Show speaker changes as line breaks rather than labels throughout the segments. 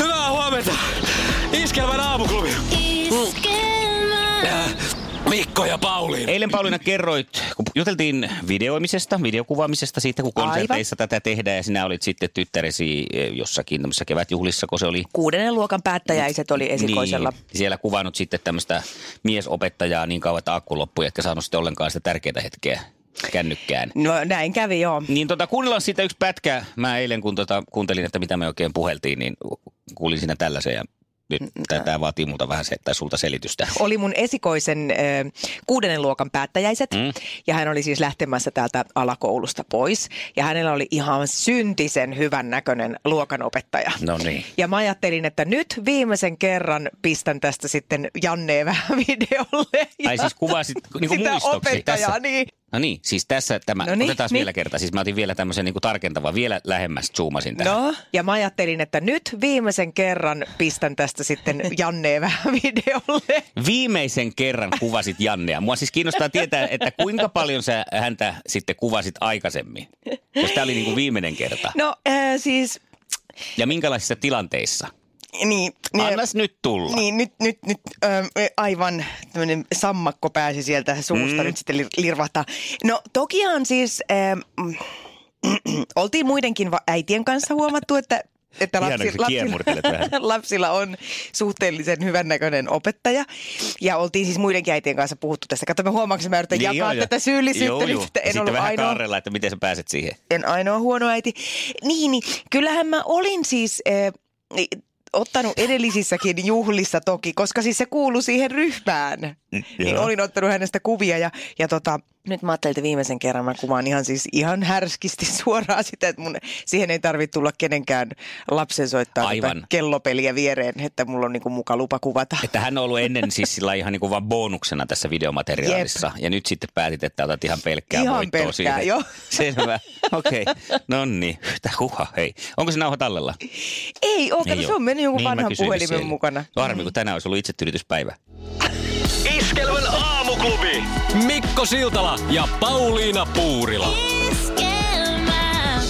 Hyvää huomenta! Iskelmän aamuklubi! Äh, Mikko ja Pauliina.
Eh,
Eilen Pauliina kerroit, kun juteltiin videoimisesta, videokuvaamisesta siitä, kun
Aivan.
konserteissa tätä tehdään ja sinä olit sitten tyttäresi eh, jossakin tämmöisessä kevätjuhlissa, kun se oli
Kuudennen luokan päättäjäiset oli esikoisella.
Niin, siellä kuvannut sitten tämmöistä miesopettajaa niin kauan, että akku loppui, etkä saanut sitten ollenkaan sitä tärkeää hetkeä kännykkään.
No näin kävi joo.
Niin tota, kuunnellaan siitä yksi pätkä. Mä eilen, kun tota, kuuntelin, että mitä me oikein puheltiin, niin kuulin siinä tällaisen ja nyt
Mm,
tämä vaatii multa vähän se, tai sulta selitystä.
Oli mun esikoisen ö, kuudennen luokan päättäjäiset mm. ja hän oli siis lähtemässä täältä alakoulusta pois. Ja hänellä oli ihan syntisen hyvän näköinen luokanopettaja.
No niin.
Ja mä ajattelin, että nyt viimeisen kerran pistän tästä sitten Janneen vähän videolle. Ja
Ai siis kuvasit niinku
sitä
muistoksi
opettajaa,
tässä.
niin.
No niin, siis tässä tämä.
No
No
niin,
niin, Otetaan
niin.
niin. vielä kerta. Siis mä otin vielä tämmöisen niinku tarkentavan, vielä lähemmäs zoomasin tähän.
No, ja mä ajattelin, että nyt viimeisen kerran pistän tästä sitten Janneen vähän videolle.
Viimeisen kerran kuvasit Jannea. Mua siis kiinnostaa tietää, että kuinka paljon sä häntä sitten kuvasit aikaisemmin. Koska tämä oli niinku viimeinen kerta. No.
No äh, siis,
Ja minkälaisissa tilanteissa?
niin, niin,
Annas nyt tulla.
niin nyt, nyt, nyt äh, aivan tämmöinen sammakko pääsi sieltä suusta mm. nyt sitten lir- lirvahtaa. No tokihan siis, äh, oltiin muidenkin va- äitien kanssa huomattu, että että
Ihana, kun
lapsi,
sä kiemurtelet
lapsilla,
vähän.
lapsilla on suhteellisen hyvännäköinen opettaja. Ja oltiin siis muidenkin äitien kanssa puhuttu tästä. Kato, mä huomaan, että mä yritän niin, jakaa
joo,
joo,
joo.
tätä syyllisyyttä,
Joo,
nyt,
joo.
että
Ja
en
Sitten
ollut
vähän
ainoa
kaarella, että miten sä pääset siihen.
en ainoa huono äiti. Niin, niin kyllähän mä olin siis äh, ottanut edellisissäkin juhlissa toki, koska siis se kuului siihen ryhmään.
Mm,
Niin olin ottanut hänestä kuvia ja, ja tota, nyt mä ajattelin, että viimeisen kerran mä kuvaan ihan siis ihan härskisti suoraan sitä, että mun, siihen ei tarvitse tulla kenenkään lapsen soittaa
Aivan.
tota kellopeliä viereen, että mulla on niinku muka lupa kuvata.
Että hän on ollut ennen siis sillä ihan niin kuin vaan bonuksena tässä videomateriaalissa. Jep. Ja nyt sitten päätit, että otat ihan pelkkää
Ihan
voittoa
pelkkää,
siitä.
joo.
Selvä. Okei. Okay. No niin. Huha, hei. Onko se nauha tallella?
Ei oo, kato,
Ei
se
oo.
on mennyt jonkun
Niin mä
vanhan
kysyin
puhelimen
siellä. No
mukana.
Harmi, kun tänään olisi ollut itsetyydytyspäivä.
Iskelmän aamuklubi.
Mikko Siltala ja Pauliina Puurila.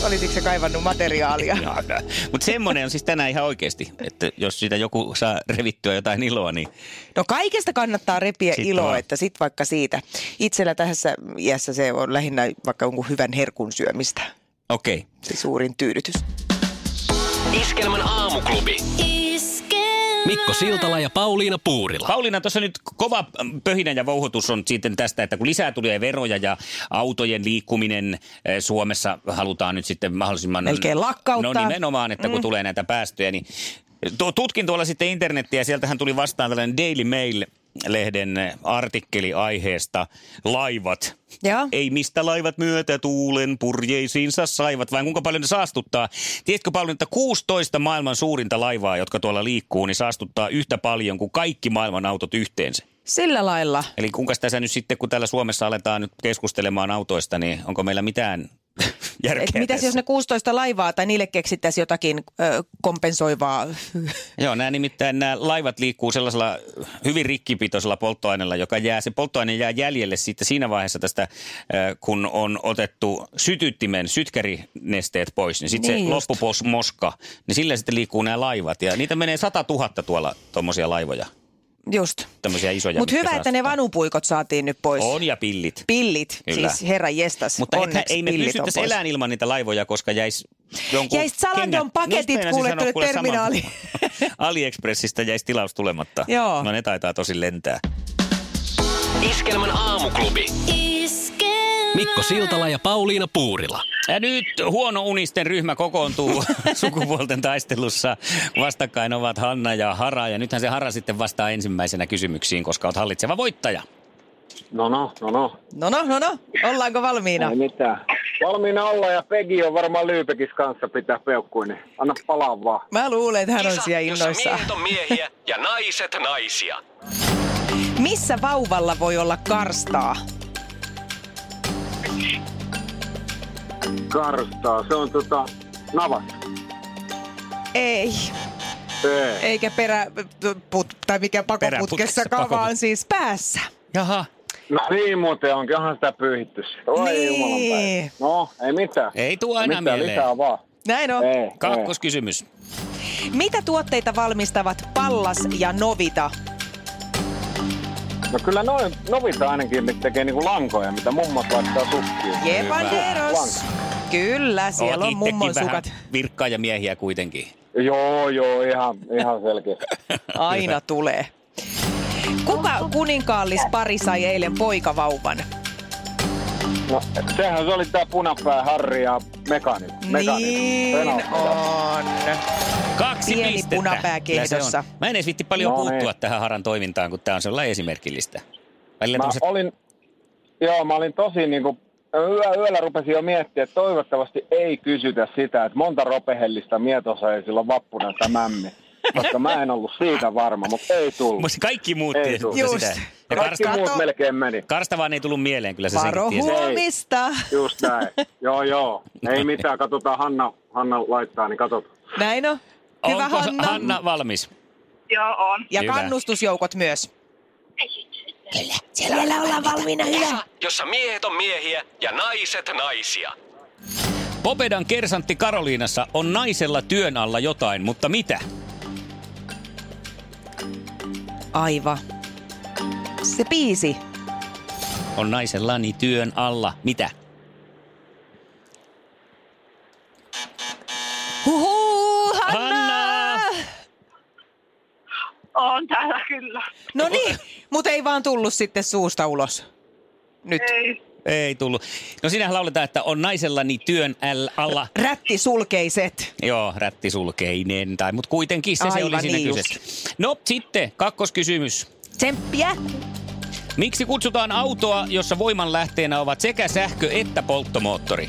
Olisitko se kaivannut materiaalia?
Mutta semmoinen on siis tänään ihan oikeasti, että jos siitä joku saa revittyä jotain iloa, niin
No kaikesta kannattaa repiä sit
Sit
iloa,
vaan.
että sit vaikka siitä. Itsellä tässä iässä se on lähinnä vaikka jonkun hyvän herkun syömistä
okei. Okay.
se suurin tyydytys.
Iskelmän aamuklubi. Mikko Siltala ja Pauliina Puurila.
Pauliina, tuossa nyt kova pöhinä ja vouhotus on sitten tästä, että kun lisää tulee veroja ja autojen liikkuminen eh, Suomessa halutaan nyt sitten mahdollisimman...
Melkein lakkauttaa.
No nimenomaan, että kun mm. tulee näitä päästöjä, niin Tu- tutkin tuolla sitten internettiä ja sieltähän tuli vastaan tällainen Daily Mail lehden artikkeli aiheesta laivat.
Joo.
Ei mistä laivat myötä tuulen purjeisiinsa saivat, vaan kuinka paljon ne saastuttaa. Tiedätkö paljon, että 16 maailman suurinta laivaa, jotka tuolla liikkuu, niin saastuttaa yhtä paljon kuin kaikki maailman autot yhteensä.
Sillä lailla.
Eli kuinka tässä nyt sitten, kun täällä Suomessa aletaan nyt keskustelemaan autoista, niin onko meillä mitään järkeä
Et mitäs
tässä?
jos ne 16 laivaa tai niille keksittäisiin jotakin ö, kompensoivaa?
Joo, nämä nimittäin nämä laivat liikkuu sellaisella hyvin rikkipitoisella polttoaineella, joka jää, se polttoaine jää jäljelle sitten siinä vaiheessa tästä, äh, kun on otettu sytyttimen sytkärinesteet pois, niin sitten
Niin
niin se
just.
loppupos moska, niin sillä sitten liikkuu nämä laivat. Ja niitä menee 100 000 tuolla tuommoisia laivoja,
Just.
tämmöisiä isoja.
Mutta
mitkä
hyvä, että ne
saastuttaa.
vanupuikot saatiin nyt pois.
On ja pillit.
Pillit,
Kyllä.
siis herra jestas,
Mutta ethän-
onneksi
ei me
pillit on
pystyttäisi
pois.
elämään ilman niitä laivoja, koska jäisi jonkun...
Jäis Zalandon
kengät-
paketit,
Just meinasin
kuule,
sanoa,
tuonne
saman.
terminaaliin.
AliExpressistä jäisi tilaus tulematta.
Joo.
No ne taitaa tosi lentää.
Iskelmän aamuklubi. Mikko Siltala ja Pauliina Puurila.
Ja nyt huono unisten ryhmä kokoontuu sukupuolten taistelussa. Vastakkain ovat Hanna ja Hara. Ja nythän se Hara sitten vastaa ensimmäisenä kysymyksiin, koska olet hallitseva voittaja.
No no, no no,
No no, no no, ollaanko valmiina?
ei mitään. Valmiina olla ja Pegi on varmaan Lyypekis kanssa pitää peukkuin, niin anna palaa vaan.
Mä luulen, että hän on siellä
jossa
innoissaan.
miehet on miehiä ja naiset naisia.
Missä vauvalla voi olla karstaa?
Karstaa, se on tota navas.
Ei,
Ei.
eikä perä, put, tai mikä
Peräputkessa,
pakoputkessa, vaan
pakoputkessa.
siis päässä.
Jaha.
No niin muuten onkin, onhan sitä pyyhitty. Oi
Niin.
niin. No, ei mitään.
Ei tuu aina
mitään,
mieleen.
lisää vaan.
Näin on.
Ei, ei.
Kakkoskysymys.
Mitä tuotteita valmistavat Pallas ja Novita?
No kyllä noin novita ainakin ne tekee niinku lankoja, mitä mummot laittaa sukkiin.
Jepaneros. Kyllä, siellä
Oot
on mummon
itsekin vähän
sukat.
virkkaajia miehiä kuitenkin.
Joo, joo, ihan, ihan selkeä.
Aina tulee. Kuka kuninkaallis pari sai eilen poikavauvan?
No, sehän se oli tää punapää Harri ja mekani. mekani.
Niin
Renault.
on.
Kaksi
Pieni
pistettä.
punapää
Kyllä se on.
kehdossa.
Mä en edes vitti paljon
No
no, puuttua
niin.
tähän Haran toimintaan, kun tää on sellainen esimerkillistä. Välillä
Mä
tommoset...
olin, joo, mä olin tosi niinku, yö, yöllä rupesin jo miettimään, että toivottavasti ei kysytä sitä, että monta ropehellistä mietosa ei silloin vappuna tämä mämmi. Koska mä en ollut siitä varma, mutta ei tullut.
Musta kaikki muut
Ei
tiesi
tuu.
mutta
Just.
sitä. Ja
Kaikki
Karsta,
muut
Kato.
melkein meni.
Karsta vaan ei tullut mieleen, kyllä se
Varo
senkin tiesi.
huomista.
Just näin. Joo, joo. Ei mitään, katsotaan Hanna, Hanna laittaa, niin katsotaan.
Näin on. Hyvä
Onko
Hanna.
Hanna valmis?
Joo, on.
Ja
Hyvä.
kannustusjoukot myös.
Jossa miehet on miehiä ja naiset naisia.
Popedan kersantti Karoliinassa on naisella työn alla jotain, mutta mitä?
Aiva. Se biisi.
On naisellani työn alla. Mitä?
Huhu,
Hanna!
Hanna!
On täällä kyllä.
No niin, mutta ei vaan tullut sitten suusta ulos. Nyt.
Ei.
Ei tullut. No sinähän lauletaan, että on naisellani työn äl- alla.
Rätti sulkeiset.
Joo, rättisulkeinen tai, mutta kuitenkin se, se
Aivan
oli siinä
niin
kyseessä. No sitten, kakkoskysymys.
Tsemppiä.
Miksi kutsutaan autoa, jossa voimanlähteenä ovat sekä sähkö että polttomoottori?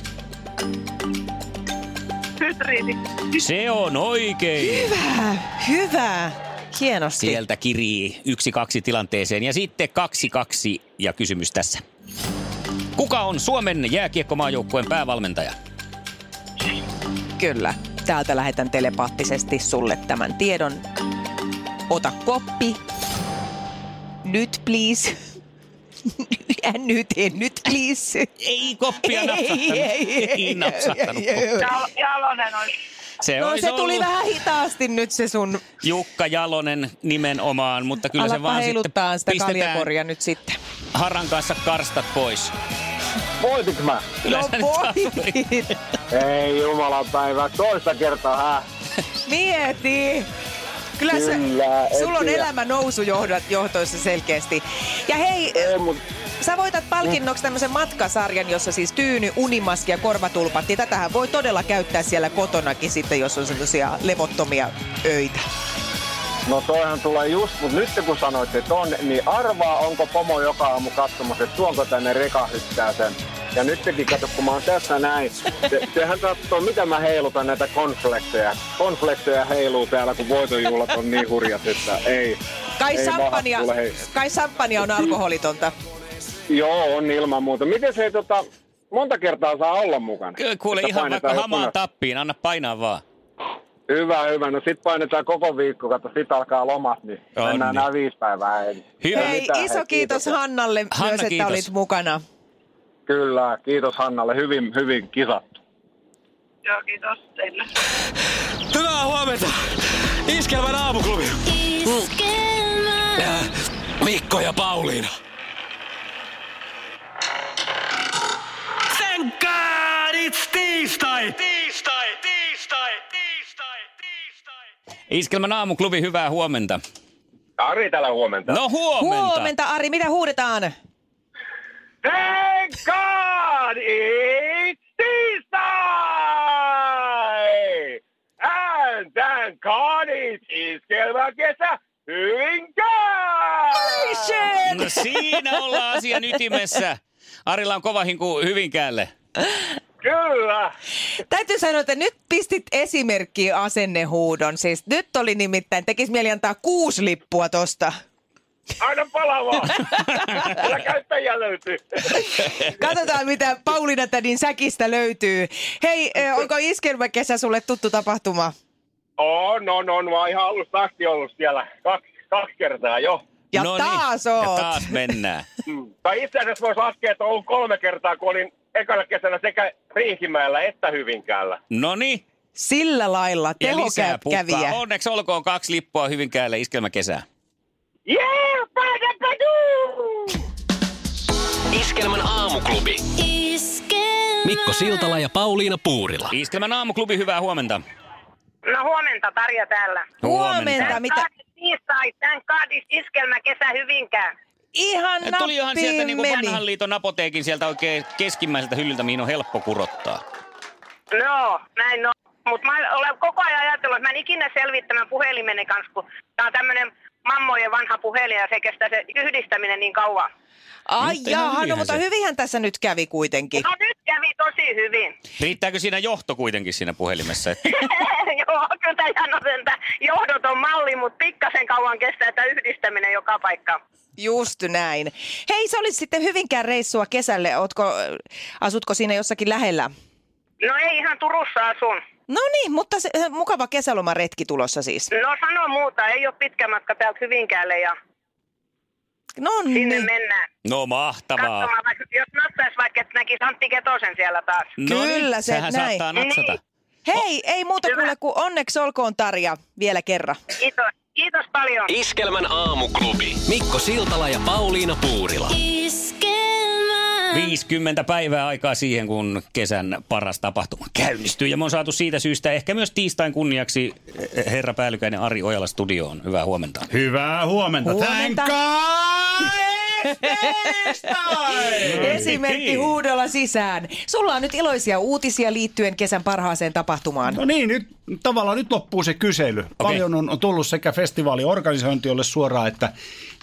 Hybridi.
Se on oikein.
Hyvä. Hyvä. Hienosti.
Sieltä kirii yksi kaksi tilanteeseen ja sitten kaksi kaksi ja kysymys tässä. Kuka on Suomen jääkiekkomaajoukkueen päävalmentaja?
Kyllä. Täältä lähetän telepaattisesti sulle tämän tiedon. Ota koppi. Nyt please. Ja nyt, en nyt please.
Ei koppia
Ei,
napsahtanut.
ei, ei,
Ei napsahtanut.
ei, ei, ei.
Jal- Jalonen olisi.
Se
No
olisi
se tuli
ollut
vähän hitaasti nyt se sun.
Jukka Jalonen nimenomaan, mutta kyllä
Alappa
se vaan sitten
heiluttaa sitä
pistetään
kaljakoria nyt sitten.
Haran kanssa karstat pois.
Voitinko mä?
Kyllä
No
sä nyt
voi.
Ei jumalan päivää, toista kertaa hää.
Mieti. Kyllä,
Kyllä,
se,
en
sulla on
tiedä.
elämä nousujohdoissa selkeästi. Ja hei,
Ei, mut
Sä voitat palkinnoksi tämmöisen matkasarjan, jossa siis tyyny, unimaski ja korvatulpat. Ja tätähän voi todella käyttää siellä kotonakin sitten, jos on semmoisia levottomia öitä.
No toihan tulee just, mutta nyt kun sanoit, että on, niin arvaa, onko pomo joka aamu katsomassa, että tuonko tänne rekahdyttää sen. Ja nyt tekin kato, kun mä oon tässä näin, se, sehän katsoo, mitä mä heilutan näitä konflekteja. Konflekteja heiluu täällä, kun voitonjuhlat on niin hurjat, että ei.
Kai,
ei
sampania,
maha tule hei-
kai sampania on alkoholitonta.
Joo, on ilman muuta. Miten se tota, monta kertaa saa olla mukana?
Kyllä, Kuule
Että
ihan
painetaan
vaikka
joku
hamaan
nä-
tappiin, anna painaa vaan.
Hyvä, hyvä. No sit painetaan koko viikko, kato, sit alkaa lomat, niin
On niin.
mennään nämä viisi päivää ennen.
Hyvä.
Ei
Hei,
mitään,
iso kiitos, Hannalle
Hanna,
myös, että
kiitos.
olit mukana.
Kyllä, kiitos Hannalle. Hyvin, hyvin kisattu.
Joo, kiitos teille.
Hyvää huomenta. Iskelmän aamuklubi. Äh, Mikko ja Pauliina. Thank God it's tiistai. Tiistai, tiistai, tiistai, tiistai.
Iskelmän aamuklubi, hyvää huomenta.
Ari täällä huomenta.
No huomenta.
Huomenta, Ari, mitä huudetaan?
Thank God it's tiistai! And thank God it's iskelmäkesä Hyvinkään!
No siinä ollaan asian ytimessä. Arilla on kova hinku Hyvinkäälle.
Kyllä.
Täytyy sanoa, että nyt pistit esimerkki asennehuudon. Siis nyt oli nimittäin, tekis mieli antaa kuusi lippua tosta.
Aina palaa vaan. Kyllä käyttäjiä löytyy.
Katsotaan, mitä Pauliina Tädin säkistä löytyy. Hei, ö, onko iskelmäkesä sulle tuttu tapahtuma?
On, on, on. Mä oon ihan alusta asti ollut siellä. Kaksi, kaksi kertaa jo.
Ja
No niin,
taas
Ja
oot.
taas mennään.
Mm. Tai itse asiassa voisi laskea, että on ollut kolme kertaa, kun olin ekana kesänä sekä Riihimäellä että Hyvinkäällä.
No niin,
Sillä lailla
ja
teho
lisää
kä- käviä.
pukkaa. Onneksi olkoon kaksi lippua Hyvinkäälle iskelmäkesää.
Jee, yeah,
Iskelmän aamuklubi. Mikko Siltala ja Pauliina Puurila.
Iskelmän aamuklubi, hyvää huomenta.
No huomenta, Tarja täällä.
Huomenta, mitä?
Kaadis tiistai, tän kaadis iskelmä kesä hyvinkään.
Ihan
Ja Tuli ihan sieltä
nappiin
niin kuin
meni.
vanhan liiton apoteekin sieltä oikein keskimmäiseltä hyllyltä, mihin on helppo kurottaa.
No, näin on. Mutta mä olen koko ajan ajatellut, että mä en ikinä selviä tämän puhelimeni kanssa, kun tää on tämmönen mammojen vanha puhelin ja se kestää se yhdistäminen niin kauan.
Ai
Nyt ihan
jaha, no
hyvinhän
mutta
se-
hyvinhän tässä nyt kävi kuitenkin.
No nyt kävi tosi hyvin.
Riittääkö siinä johto kuitenkin siinä puhelimessa? Että
Joo, kyllä tämä Janosen tää johdoton malli, mutta pikkasen kauan kestää tämä yhdistäminen joka paikka.
Just näin. Hei, sä olit sitten hyvinkään reissua kesälle. Ootko, asutko siinä jossakin lähellä?
No ei ihan Turussa asun.
No niin, mutta se, mukava kesälomaretki tulossa siis.
No sano muuta, ei ole pitkä matka täältä Hyvinkäälle ja
No
sinne
niin.
mennään.
no mahtavaa.
Katsomaan, vaikka, jos nostaisi vaikka, että näkisi Antti Ketosen siellä taas.
No
Kyllä
niin,
se,
sehän
näin.
saattaa natsata.
Niin.
Hei, ei muuta kuule kuin onneksi olkoon Tarja vielä kerran.
Kiitos, kiitos paljon.
Iskelmän aamuklubi. Mikko Siltala ja Pauliina Puurila.
50 päivää aikaa siihen, kun kesän paras tapahtuma käynnistyy. Ja me on saatu siitä syystä ehkä myös tiistain kunniaksi eh, herra päällykäinen Ari Ojala studioon. Hyvää huomenta.
Hyvää huomenta.
Huomenta.
Thank God it's tiistai!
Niin.
Esimerkki huudolla sisään. Sulla on nyt iloisia uutisia liittyen kesän parhaaseen tapahtumaan.
No niin, nyt, tavallaan nyt loppuu se kysely. Okay. Paljon on, on tullut sekä festivaaliorganisointijoille suoraan, että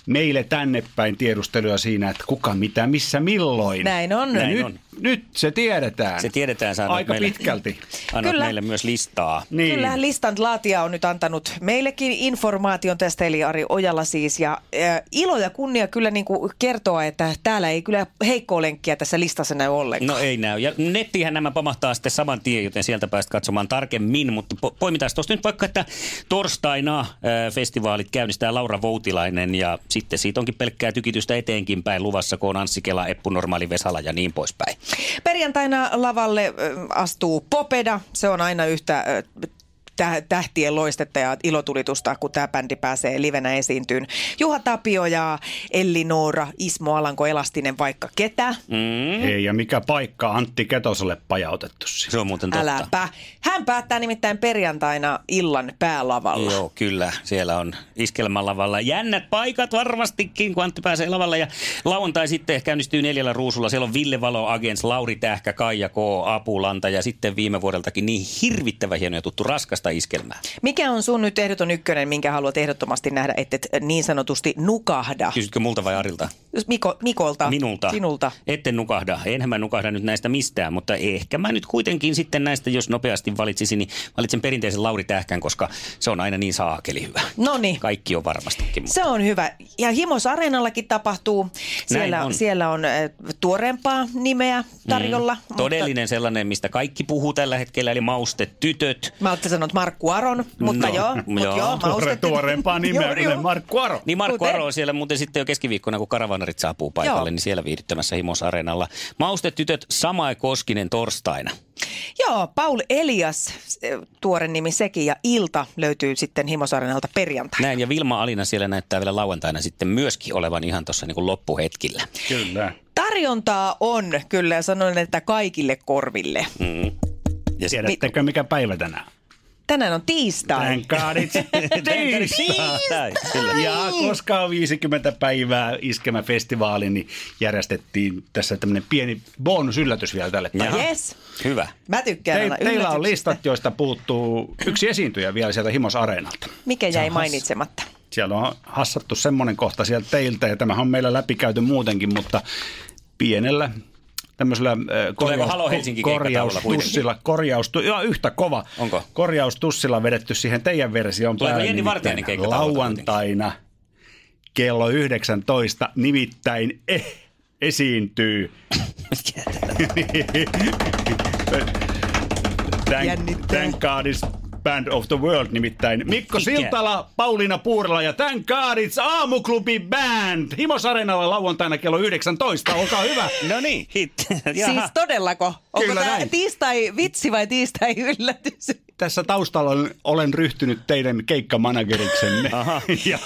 meille tänne päin tiedusteluja siinä, että kuka, mitä, missä, milloin.
Näin on.
Ja
Näin
nyt,
on.
nyt se tiedetään.
Se tiedetään, sä annat
Aika
meille-
pitkälti.
Annat
Kyllä.
meille myös listaa.
Niin.
Kyllähän listan laatija on nyt antanut meillekin informaation tästä, eli Ari Ojala siis. Ja äh, ilo ja kunnia kyllä niin kuin kertoa, että täällä ei kyllä heikkoa lenkkiä tässä listassa näy ollenkaan.
No ei näy. Ja nettihän nämä pamahtaa sitten saman tien, joten sieltä pääst katsomaan tarkemmin. Mutta po- poimitaan tuosta nyt vaikka, että torstaina äh, festivaalit käynnistää Laura Voutilainen ja sitten siitä onkin pelkkää tykitystä eteenkin päin luvassa, kun on Anssi Kela, Eppu Normaali, Vesala ja niin poispäin.
Perjantaina lavalle ö, astuu Popeda. Se on aina yhtä ö, tä- tähtien loistetta ja ilotulitusta, kun tämä bändi pääsee livenä esiintyyn. Juha Tapio ja Elli Noora, Ismo Alanko Elastinen, vaikka ketä.
Mm,
Hei, ja mikä paikka Antti Ketoselle pajautettu siis? siinä.
Se on muuten totta.
Äläpä. Hän päättää nimittäin perjantaina illan päälavalla.
Joo, kyllä. Siellä on iskelmälavalla. Jännät paikat varmastikin, kun Antti pääsee lavalle. Ja lauantai sitten käynnistyy neljällä ruusulla. Siellä on Ville Valo Agents, Lauri Tähkä, Kaija K, Apulanta ja sitten viime vuodeltakin niin hirvittävä hieno ja tuttu raskasta iskelmää.
Mikä on sun nyt ehdoton ykkönen, minkä haluat ehdottomasti nähdä, että et niin sanotusti nukahda?
Kysytkö multa vai Arilta?
Miko, Mikolta.
Minulta.
Ah. Sinulta.
Etten nukahda. Enhän mä nukahda nyt näistä mistään, mutta ehkä mä nyt kuitenkin sitten näistä, jos nopeasti valitsisin, niin valitsen perinteisen Lauri Tähkän, koska se on aina niin saakeli hyvä.
Noniin.
Kaikki on varmastikin.
Se on hyvä. Ja Himos Areenallakin tapahtuu. Siellä
on.
on, siellä on äh, tuoreempaa nimeä tarjolla. Mm.
Todellinen sellainen, mistä kaikki puhuu tällä hetkellä, eli maustetytöt.
Mä olette sanonut Markku Aron, mutta
No,
no, joo. Mut
joo.
joo. joo
Tuore, tuoreempaa nimeä
Joo, joo.
kuin Markku Aro.
Niin Markku
Kuten?
Aro on siellä muuten sitten jo keskiviikkona, kun karavanarit saapuu paikalle,
Joo.
niin siellä viihdyttämässä Himos Areenalla. Maustetytöt Samae Koskinen torstaina.
joo, Paul Elias, äh, tuore nimi sekin, ja Ilta löytyy sitten Himos Areenalta perjantaina.
Näin, ja Vilma Alina siellä näyttää vielä lauantaina sitten myöskin olevan ihan tuossa niin loppuhetkillä.
Kyllä.
Tarjontaa on kyllä, ja sanoin, että kaikille korville.
Mm. Ja sitten
Tiedättekö, mikä päivä tänään?
Tänään on tiistai.
Thank God it's
Niin.
Tiistai, kyllä.
Ja koska on 50 päivää iskemäfestivaali, niin järjestettiin tässä tämmöinen pieni bonusyllätys vielä tälle päivälle.
Jaha.
Yes.
Hyvä.
Mä tykkään
Te,
aina
teillä on
yllätyksistä.
listat, joista puuttuu yksi esiintyjä vielä sieltä Himos Areenalta.
Mikä jäi mainitsematta?
Siellä on hassattu semmoinen kohta sieltä teiltä, ja tämähän on meillä läpikäyty muutenkin, mutta pienellä tämmöisellä äh,
Tuleeko
korjaus-
Halo Helsinki keikkataululla kuitenkin?
korjaustussilla, korjaustu, joo, yhtä kova,
Onko?
korjaustussilla vedetty siihen teidän versioon
Tuleeko
päälle,
Jenni
nimittäin
Vartiainen keikkataululta
Lauantaina kello 19 nimittäin eh, esiintyy Thank,
Jännittää.
thank God is Band of the World nimittäin. Mikko
Mikä?
Siltala, Pauliina Puurla ja Thank God it's Aamuklubi Band. Himos Areenalla lauantaina kello 19. Olkaa hyvä.
No niin. Hit. Jaha.
Siis todellako? Onko
Kyllä
tämä
näin.
tiistai vitsi vai tiistai yllätys?
Tässä taustalla olen, olen ryhtynyt teidän keikkamanageriksenne.
Aha.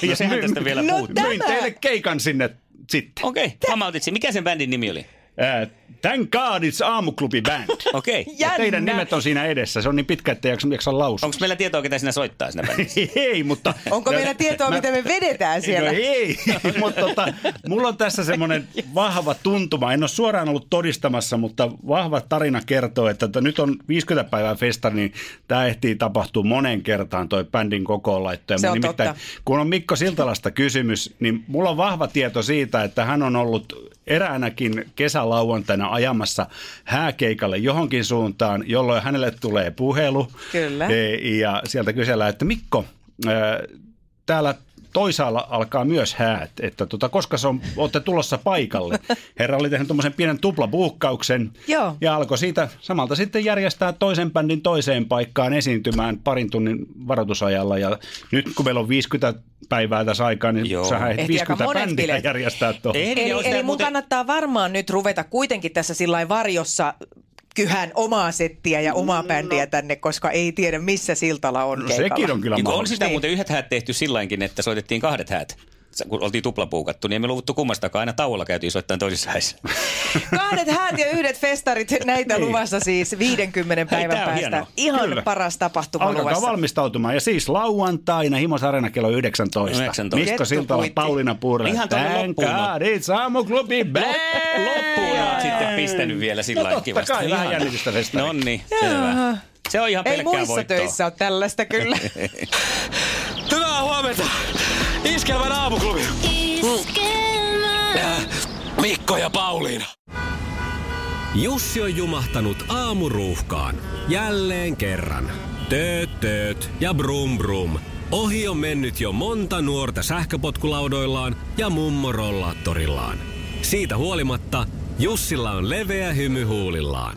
No sehän tästä vielä
No
puhuttiin.
tä-
Myin
tämä.
teille keikan sinne sitten.
Okei, okay. hämäytit sen. Mikä sen bändin nimi oli?
Äh, Thank God it's Aamuklubi Band.
Okei. Okay.
Ja
Jännä.
teidän nimet on siinä edessä. Se on niin pitkä, että jaksa, jaksa lausua.
Onko meillä tietoa, ketä sinä soittaa sinä bändissä?
Ei, mutta...
Onko meillä tietoa,
No, Mä-
mitä me vedetään siellä?
No ei, mutta tota, mulla on tässä semmoinen vahva tuntuma. En ole suoraan ollut todistamassa, mutta vahva tarina kertoo, että, että nyt on 50 päivää festa, niin tämä ehtii tapahtua moneen kertaan toi bändin kokoonlaitto. Ja
Se
mun
on
nimittäin,
totta.
Kun on Mikko Siltalasta kysymys, niin mulla on vahva tieto siitä, että hän on ollut eräänäkin kesälauantaina ajamassa hääkeikalle johonkin suuntaan, jolloin hänelle tulee puhelu.
Kyllä.
E- Ja sieltä kysellään, että Mikko, ö, täällä toisaalla alkaa myös häät, että tota, koska se on, olette tulossa paikalle. Herra oli tehnyt tuommoisen pienen tuplapuhkauksen
Joo.
ja alkoi siitä samalta sitten järjestää toisen bändin toiseen paikkaan esiintymään parin tunnin varoitusajalla. Ja nyt kun meillä on 50 päivää tässä aikaa, niin
Joo.
Joo. sä
Ehti
et
aika
50
monet
bändiä
bileet.
järjestää tuohon.
Ehdin, ja
Eli,
olisi
eli
tää
mun kannattaa varmaan nyt ruveta kuitenkin tässä sillä varjossa kyhän omaa settiä ja omaa bändiä tänne, koska ei tiedä missä Siltala on
No,
keikalla.
sekin on kyllä
Niin, kun on
mahdollista.
sitä muuten yhdet häät tehty sillainkin, että soitettiin kahdet häät. Se- Kun oltiin tuplapuukattu, niin emme luvuttu kummastakaan. Aina tauolla käytiin soittamaan toisissa häissä.
Kahdet häät ja yhdet festarit, näitä
Niin.
luvassa siis 50
Hei,
päivän
tää on
päästä.
hienoa.
Ihan
Kyllä.
paras tapahtuma
Alkakaa
luvassa.
valmistautumaan. Ja siis lauantaina Himos Arena kello 19.
19.
Mikko Siltala,
Kettupuitti.
Pauliina Puurla.
Ihan tuonne
Thank
loppuun on.
God, it's aamuklubi back.
Loppuun olet sitten pistänyt vielä sillä
No
lailla
totta
kivasti.
kai, vähän
Ihana.
jännitystä festari.
No niin, selvä. Se on ihan
Ei
pelkkää
muissa
voittoa.
töissä ole tällaista kyllä.
Hyvää huomenta. Iskelmän aamuklubi. Äh, Mikko ja Pauliina.
Jussi on jumahtanut aamuruuhkaan. Jälleen kerran. Tööt, tööt ja brum brum. Ohi on mennyt jo monta nuorta sähköpotkulaudoillaan ja mummorollaattorillaan. Siitä huolimatta Jussilla on leveä hymy huulillaan.